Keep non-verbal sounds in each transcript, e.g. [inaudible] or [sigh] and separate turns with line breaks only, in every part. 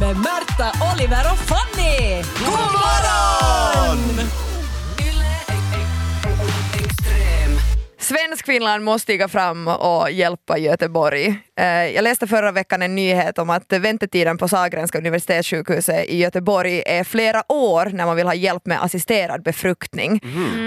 hälsa Oliver och Fanny! God morgon!
Svenskfinland måste stiga fram och hjälpa Göteborg. Eh, Jag läste förra veckan en nyhet om att väntetiden på Sahlgrenska universitetssjukhuset i Göteborg är flera år när man vill ha hjälp med assisterad befruktning.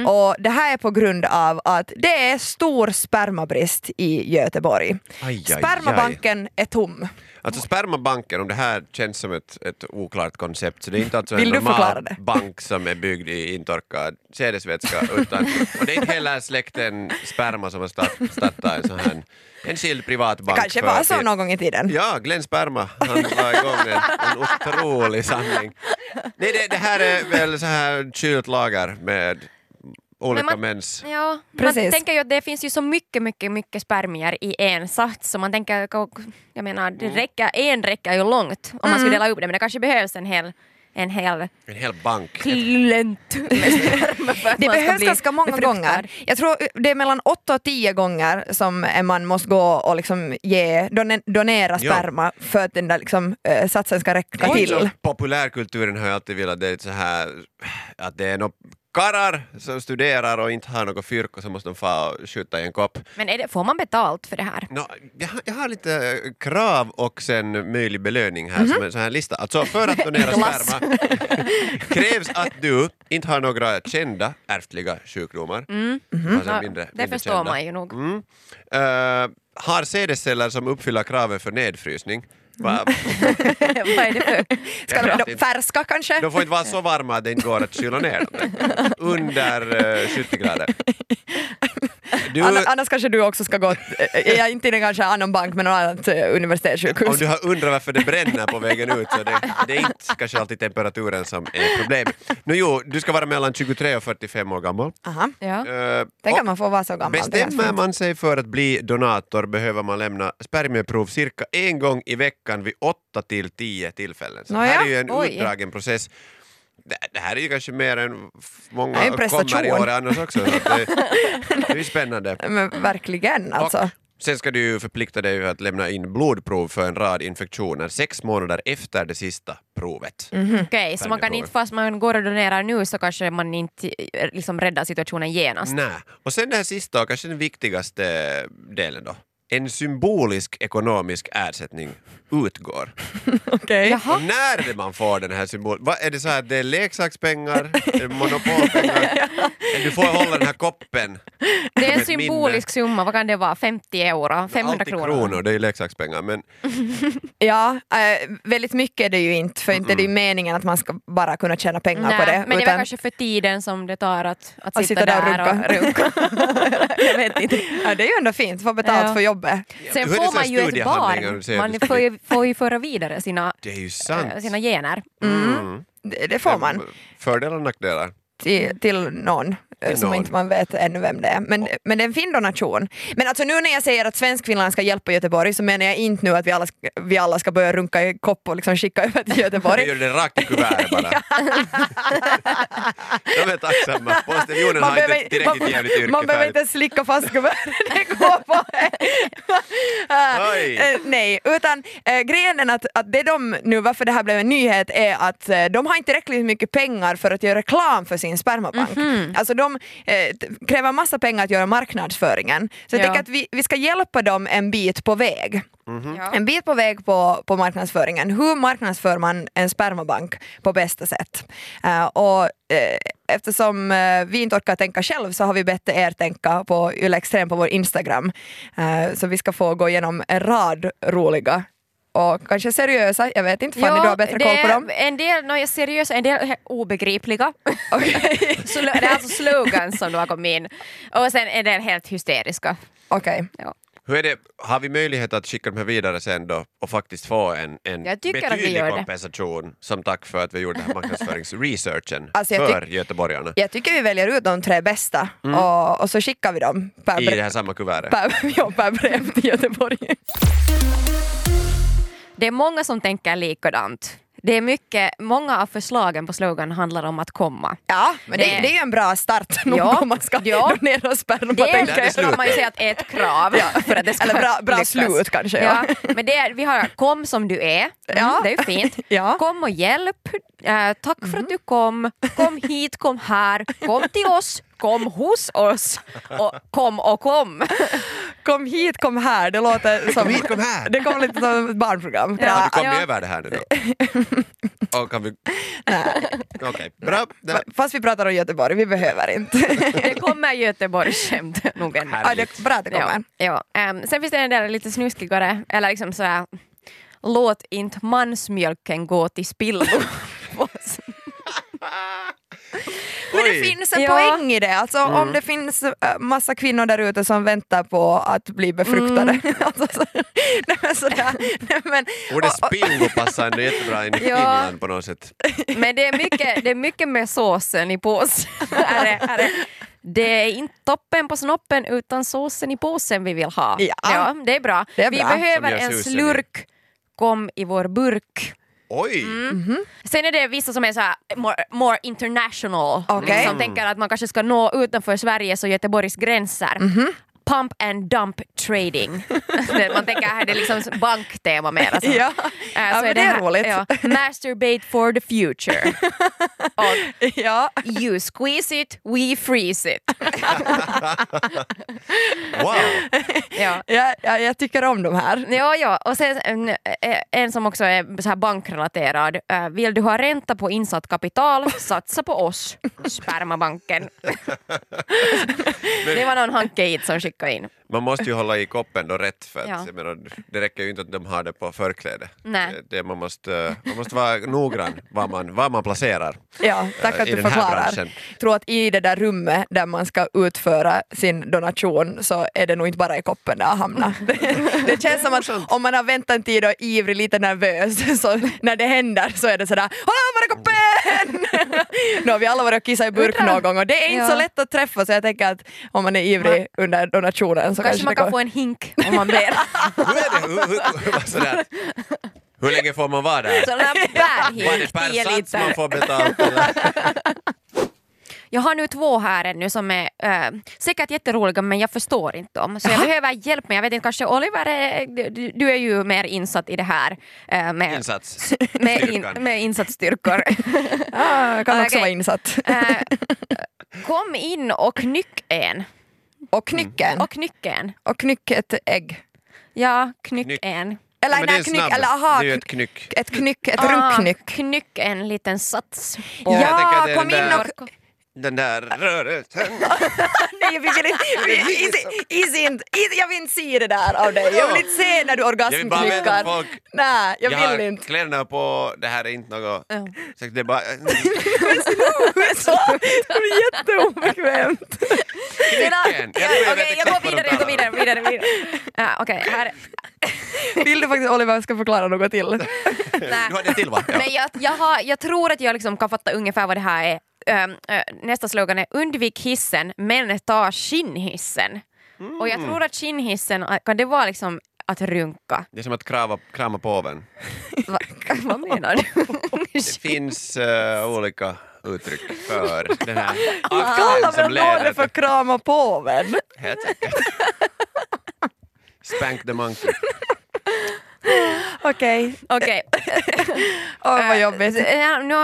Och det här är på grund av att det är stor spermabrist i Göteborg.
Aj, aj, aj.
Spermabanken är tom.
Alltså spermabanken, om det här känns som ett, ett oklart koncept, så det är inte alltså
Vill
en
du förklara
normal
det?
bank som är byggd i intorkad sädesvätska, utan, och det är inte heller släkten sperma som har start, startat en sån här, en skild privatbank.
Kanske
för
var
att-
så någon gång i tiden.
Ja, Glenn Sperma, han var igång med en otrolig samling. Nej, det, det här är väl så här kylt lager med olika
Men man-
mäns...
Ja, man
Precis.
tänker ju att det finns ju så mycket, mycket, mycket spermier i en sats så man tänker, jag menar, det
Mm.
räcker, en räcker ju långt om man skulle
Mm.
dela upp det men det kanske behövs en hel, en hel
En hel bank. [laughs]
klent med sperma för att
Det
man ska
behövs
bli
ganska många
befruktad.
gånger. Jag tror eh, det är mellan 8 och 10 gånger som en man måste gå och liksom ge, don- donera
Ja.
sperma för att den där liksom, eh, satsen ska räcka
Oj, så
till.
Populärkulturen har ju alltid velat det är så här att det är något karlar som studerar och inte har något fyrko så måste de få och skjuta i en kopp.
Men är det, får man betalt för det här?
Nå, jag, har- jag har lite eh, krav och sen möjlig belöning här som en sån här lista. Alltså för att donera
Glass.
sperma [laughs] krävs att du inte har några kända ärftliga sjukdomar. Alltså mindre-
Det
mindre
förstår
kända.
man ju nog.
Mm. Eh, har sädesceller som uppfyller kraven för nedfrysning. Va?
[laughs] Vad är
[laughs]
det för?
Ska
Jag
de,
vet
de,
inte.
färska kanske?
De får inte vara så varma att det inte går att kyla ner dem. Under eh, 70 grader. Du,
Anna, annars kanske du också ska gå, eh, eh, inte till kanske annan bank men något annat eh,
om
universitetssjukhus.
du har undrat varför det bränner på vägen ut så det, det är inte kanske alltid temperaturen som är problemet. Nu jo, du ska vara mellan 23 och 45 år gammal.
Aha.
Ja.
Eh,
Tänk
och
att man får vara så gammal. det är ganska
Bestämmer
fint.
man sig för att bli donator behöver man lämna spermieprov cirka en gång i veckan vid 8 till 10 tillfällen. Så
Nåja,
här är ju en
oj.
utdragen process. Det, det här är ju kanske mer än f-
Det är
många
en
kommer i
prestation.
år annars också. Så
[laughs]
att det, det är ju spännande.
Men verkligen alltså.
Och sen ska du ju förplikta dig att lämna in blodprov för en rad infektioner sex månader efter det sista provet.
Mhm.
Okej, så man kan inte, fast man går och donerar nu så kanske man inte eh, liksom räddar situationen genast.
Nej. Och sen det här sista och kanske den viktigaste delen då. En symbolisk ekonomisk ersättning utgår.
Okej.
Och när är det man får den här symbolen? Va, är det så här att det är leksakspengar, är det monopolpengar? Du får hålla den här koppen.
Det är
Som
en
ett minne.
symbolisk summa, vad kan det vara? 50 euro? 500
Alltid kronor, det är ju leksakspengar. Men
Ja, eh, väldigt mycket är det ju inte för inte är det ju meningen att man ska bara kunna tjäna pengar
Nej,
på det.
men det är väl
utan-
kanske för tiden som det tar att, att,
Att
sitta, där och runka. [laughs]
[laughs]
jag vet inte.
Ja, det är ju ändå fint, få betalt
Ja.
för jobbet.
Sen
hur är det
får
så här
man ju ett
studiehandlingar du
barn.
säger att
Man
du
får
ska-
ju, får ju föra vidare sina,
det är ju sant.
eh, sina gener.
Mm.
Det, det får man
Fördelar och nackdelar.
till, till någon eh,
Till
som
någon.
inte man vet ännu vem det är. Men, men det är en fin donation. Men alltså nu när jag säger att Svenskfinland ska hjälpa Göteborg så menar jag inte nu att vi alla, ska- vi alla ska börja runka i kopp och liksom skicka över
[laughs]
till
Vi
Göteborg.
gör det rakt i kuvertet bara. De är tacksamma. Postiljonen har inte tillräckligt jävligt yrke
man behöver
färdigt.
inte slika fast gubbar, [laughs] det går på Eh,
Oj.
[laughs] eh, Nej, utan eh, grejen är att, att det de nu, varför det här blev en nyhet är att eh, de har inte tillräckligt mycket pengar för att göra reklam för sin spermabank. Alltså de eh, t- kräver massa pengar att göra marknadsföringen. Så jag
Ja.
tänker att vi, vi ska hjälpa dem en bit på väg.
Mm-hmm.
Ja.
En bit på väg på, på marknadsföringen. Hur marknadsför man en spermabank på bästa sätt? Eh, och, eh, eftersom eh, vi inte orkar tänka själv så har vi bett er tänka på Yle Extrem på vår Instagram. Eh, så vi ska få gå igenom en rad roliga och kanske seriösa, jag vet inte, Fanny
Ja,
du har bättre
det
koll på
är
dem.
En del no, jag är seriösa, en del är obegripliga.
[laughs]
[laughs]
Okej.
Så det är alltså slogans som de har kommit in. Och sen en del helt hysteriska.
Okej.
Ja.
Hur är det, har vi möjlighet att skicka de här vidare sen då och faktiskt få en, en
Jag tycker att vi
betydlig
gör det.
kompensation som tack för att vi gjorde den här marknadsföringsresearchen
Alltså, jag
för göteborgarna
Jag tycker vi väljer ut de tre bästa och, och så skickar vi dem per
Mm. i det
brev,
här samma kuvertet.
per, [laughs] ja, per brev till Göteborg.
Det är många som tänker likadant. Det är mycket, många av förslagen på slogan handlar om att komma.
Ja, men det,
Det-
det är ju en bra start [laughs] nog
Ja,
om man ska
ja.
donera sperma.
Det
tänker jag.
Där det
kan
slutar.
man ju säga att är ett krav. för att det ska
Eller bra, bra
lyckas.
slut kanske. Ja.
Ja, men det, är- vi har kom som du är,
Ja.
mm, det är ju fint.
[laughs] Ja. Mm.
Kom och hjälp, eh, tack för att du kom, kom hit, kom här, kom till oss, kom hos oss och kom
[laughs]
och kom.
Kom hit, kom här. Det låter som...
Kom hit, kom här!
Det kom lite som ett barnprogram.
Har du
Ja.
kommit
Ja.
över det här nu då? Och kan vi... Okej, bra. Där.
Fast vi pratar om Göteborg, vi behöver inte.
Det kommer Göteborgsskämt nog ändå.
[laughs] ja, det, bra att det kommer.
Ja, ja. Ehm, sen finns det en del lite snuskigare, eller liksom så här, låt inte mansmjölken gå
[laughs]
till spillo.
[laughs] Men det
Oj.
finns en
Ja.
poäng i det. Alltså,
Mm.
Om det finns äh, massa kvinnor där ute som väntar på att bli befruktade.
Mm.
[laughs] alltså, så, nej, men sådär. Nej, men, [laughs]
Ordet
och- och-
spillo passar ändå jättebra in i
Ja.
Finland på något sätt.
Men det är, mycket, det är mycket med såsen i
[laughs]
påsen. är det, är det, det är inte toppen på snoppen utan såsen i påsen vi vill ha.
Ja.
det är bra.
Det är
vi
bra.
behöver
Som gör
en
susen i.
slurk, kom i vår burk.
Oj!
Sen är det vissa som är så här, more, more international,
Okej.
som tänker att man kanske ska nå utanför Sveriges och Göteborgs gränser.
Mhm.
Pump and dump
[laughs]
trading. Det- man tänker här det är liksom banktema mer. Alltså.
Ja.
Äh,
Ja, men det är roligt. [laughs]
Masturbate for the future. och
Ja.
you squeeze it, we freeze it.
Wow!
Ja.
Ja, ja, jag tycker om de här.
Ja, ja, och sen en, en som också är så här bankrelaterad. Äh, Vill du ha ränta på insatt kapital, satsa på oss, Spermabanken. Det var någon Hanke hit som skickade in.
Man måste ju hålla i koppen då rätt för att,
Ja.
jag menar, det räcker ju inte att de har det på förkläde.
Nej.
Det, det, man, måste, man måste vara noggrann vad man, vad man placerar.
Ja, tack
Eh,
att
i
du
den här
förklarar.
branschen.
Jag tror att i det där rummet där man ska utföra sin donation så är det nog inte bara i koppen det har
[laughs]
hamnat. Det känns som att om man har väntat en tid och är ivrig, lite nervös, [laughs] så när det händer så är det sådär ”Hålla bara koppen!” [laughs] Nu har vi alla varit och kissat i burk någon gång och det är inte så
Ja.
lätt att träffa så jag tänker att om man är ivrig under donationen så
Kanske
kanske,
man
det
kan få
går...
en hink om man ber.
Hur är det? Hur, hur, hur, vad sådär? hur länge får man vara där?
Sån här
[laughs] Var det
bärhink,
per
10
sats man
liter.
får betalt? Eller?
Jag har nu två här ännu som är äh, säkert jätteroliga men jag förstår inte dem. Så jag behöver hjälp men jag vet inte, kanske Oliver, eh, du, du är ju mer insatt i det här. eh, med,
Insats.
med, in,
Styrkan.
med [laughs] insatsstyrkor.
Ah, kan också
Okej.
vara insatt.
Äh.
Eh, kom in och knyck en.
[laughs] Och knycken.
Mm.
Och knyck en.
Och knyck ett ägg.
Ja, knyck,
Knyck.
en.
Eller,
Men det är
nej,
en
knyck,
snabb.
eller aha,
Det är ju
kn-
ett knyck.
ett knyck, ett
Ah,
runknyck.
Knyck en liten sats. på-
jag tänker
Ja,
att det är
kom
den
in
där-
och...
Den där rörelsen.
Nej, vi vill
[laughs]
inte, vi, Isi, Isi, inte- Isi, jag vill inte se det där av dig. Jag vill inte se när du
Jag vill bara veta att
orgasmknyckar.
folk...
Nej, jag
har
vill inte. [laughs]
kläderna på, det här är inte något...
Ja.
Så det är bara...
Det blir jätteobekvämt.
Sedan-
Jag tror jag
Okej,
vet
jag går
exakt vad
vidare,
de
jag går
talar
vidare. vidare, vidare. Ja, Okej, [laughs] här.
Vill du faktiskt Oliver ska förklara något till?
Nej.
Du hade en till va? Ja.
Men jag, jag, har, jag tror att jag liksom kan fatta ungefär vad det här är. Ehm, eh, nästa slogan är undvik hissen men ta skinnhissen. Och jag tror att skinnhissen, eh, kan det vara liksom att runka?
Det är som att krama, krama påven.
[laughs]
Va, vad menar du? [laughs]
Det finns eh, olika uttryck för den
[laughs]
här
Kalla
akten som
väl
leder
någon för
till...
krama påven?
Helt säkert. Spank the monkey.
Okej,
Okej.
åh vad jobbigt.
[laughs] Ja, nu,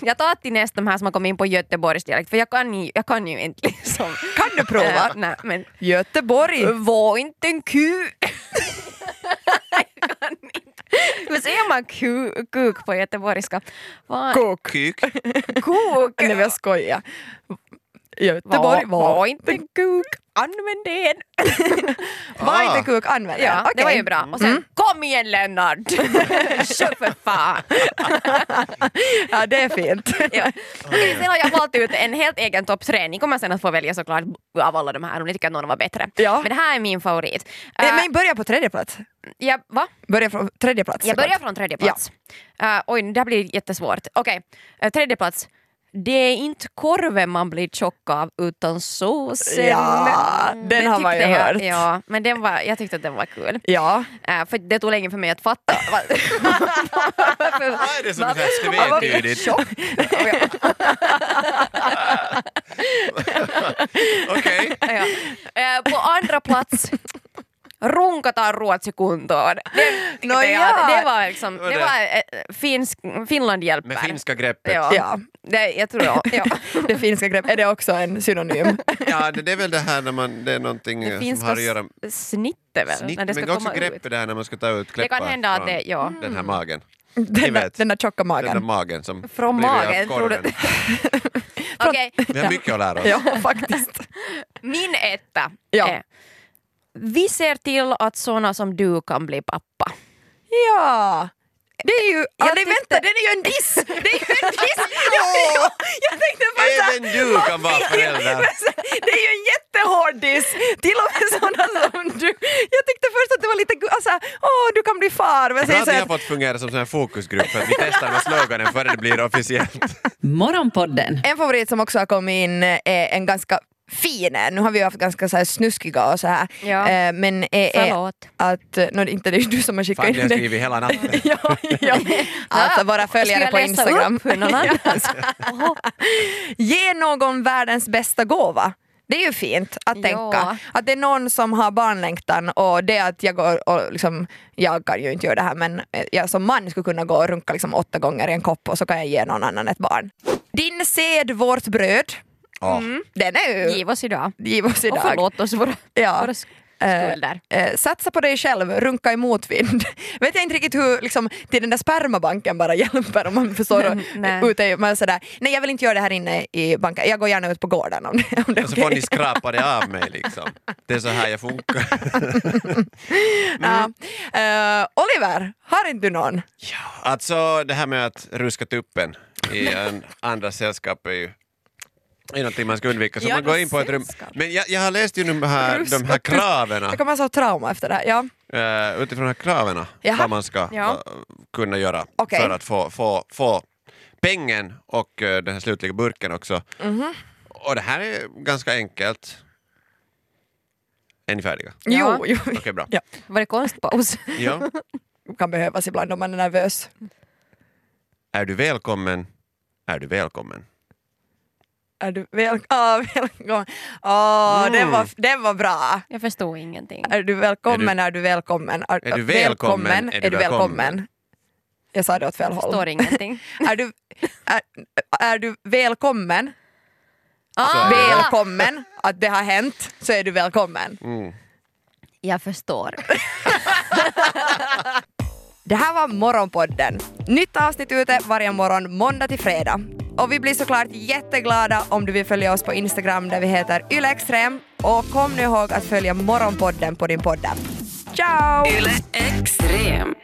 jag tar till nästa de här som har kommit in på göteborgsdialekt för jag kan ju, jag kan ju inte liksom.
[laughs] Kan du prova?
Äh, nej, men,
Göteborg.
var inte en ku. [laughs] jag kan inte. Hur säger man ku, kuk på göteborgska? Var,
Kuk.
Kuk.
[laughs] kuk.
Nej men jag skojar. Göteborg
Var,
var...
var inte en kuk, använd den.
Var
Ah.
inte kuk, använd den.
Ja,
Okej.
Det var
Mm.
ju bra. Och sen, kom igen Lennart! [laughs] Kör för fan!
Ja, det är fint.
Ja. Okej, sen har jag valt ut en helt egen topp tre. Ni kommer sen att få välja såklart av alla de här om ni tycker att någon var bättre.
Ja.
Men det här är min favorit.
[laughs] Eh,
Eh,
Men börja på tredje plats.
jag, va?
Börja från tredje plats.
jag
såklart.
börjar från tredje plats. Eh, oj, det här blir jättesvårt. Okej, eh, tredje plats. det är inte korven man blir tjock av utan såsen.
Ja,
Mm,
den har man
tyckte
ju
jag,
hört.
Ja, men den var, jag tyckte att den var kul.
Ja.
Eh, för det tog länge för mig att fatta.
Vad är det som
Va?
helst
Ja, vad-
tvetydigt?
tjock. Okej.
Okej.
ja. Eh, på andra plats Runkataan ruotsikuntoon. Det,
No
det,
jaa.
det var liksom,
Vad är
det
det?
var eh, finsk, Finland hjälper.
Med finska greppet.
Ja.
Ja.
Det, jag tror jag. [laughs] Ja.
[laughs] Det finska greppet, är det också en synonym?
Ja, det, det är väl det här när man, det är någonting
Det
eh, som
finska
har att göra med
s- snittet väl?
snitt,
när det
men
ska
också
komma
greppet
ut.
det här när man ska ta ut
Det
kläppar
kan hända att
från
det, ja. Mm.
den här magen. Ni
Den där,
vet.
den där tjocka
Den där
magen.
magen som
Från
blir av
magen, tror du-
korven.
Okej,
Vi har mycket att lära
[laughs]
oss.
Ja, faktiskt.
min [laughs] etta.
Ja.
är, Vi ser till att såna som du kan bli [laughs] pappa.
[laughs] Ja! Det är ju... Ja, nej,
tyckte-
vänta, den är ju en diss! Det är ju en diss! [laughs] ja, jag tänkte bara så här-
Även du kan vara
[laughs]
förälder.
Det är ju en jättehård diss! Till och med sådana som du. Jag tyckte först att det var lite... gu- Alltså, åh, du kan bli far. Men
Bra
sen
att
så
ni har
att,
fått fungera som sån här fokusgrupp för att vi testar med sloganen före det blir
[laughs]
officiellt.
Morgonpodden.
en favorit som också har kommit in är en ganska fin en. Nu har vi ju haft ganska så här snuskiga och så här.
Ja.
Eh, Men är, är
Förlåt.
att... No, inte det är ju du som har skickat
Fan,
in
jag
den.
skriver hela natten.
ja, ja. Alltså våra följare
Ska jag
på
läsa
Instagram.
upp [laughs] hundarna?
Ge någon världens bästa gåva. Det är ju fint att
Ja.
tänka. Att det är någon som har barnlängtan och det att jag går och liksom, jag kan ju inte göra det här men eh, jag som man skulle kunna gå och runka liksom åtta gånger i en kopp och så kan jag ge någon annan ett barn. Din sed vårt bröd.
Ja.
Mm.
Den är ju
Giv oss idag.
giv oss idag.
Och förlåt oss våra,
Ja.
våra sk-
Eh,
skulder.
eh, satsa på dig själv, runka i motvind. [laughs] Vet jag inte riktigt hur liksom, till den där spermabanken bara [laughs] hjälper om man förstår.
Nej.
och- ute, i- man är sådär, nej jag vill inte göra det här inne i banken, jag går gärna ut på gården om det, om det är
Och så Alltså, får
okej.
ni skrapa det av mig liksom. Det är så här jag funkar. Mm.
Ja. Eh, Oliver, har inte du någon?
Alltså det här med att ruska tuppen i en andra sällskap är ju är någonting man ska undvika. Så
I
man
andra
går in på ett rum.
sällskap?
Men jag, jag har läst ju de här, de här kraven.
Jag kommer att ha trauma efter det här. Ja.
eh, utifrån de här kraven
Jaha.
vad man ska
Ja.
eh, kunna göra
Okej.
för att få, få, få pengen och eh, den här slutliga burken också.
Mhm.
Och det här är ganska enkelt. Är ni färdiga?
Ja.
Jo, jo, [laughs]
Okej, bra.
Ja.
Var det konstpaus?
Ja.
kan behövas ibland om man är nervös.
Är du välkommen? Är du välkommen?
Är du väl... [laughs] ah, välkommen? Ah,
Mm.
den, var, den var bra!
[laughs] Jag förstod ingenting.
Är du välkommen, är du, välkommen? Är,
Är du välkommen,
Är du välkommen? Jag sa det åt fel
Jag
håll.
förstår [laughs] ingenting.
Är du, är, är du välkommen?
är det.
Ah.
Välkommen att det har hänt så är du välkommen.
Mm.
Jag förstår.
Det här var Morgonpodden. Nytt avsnitt ute varje morgon måndag till fredag. Och vi blir såklart jätteglada om du vill följa oss på Instagram där vi heter ylextrem. Och kom nu ihåg att följa Morgonpodden på din poddapp. Ciao!
Extrem.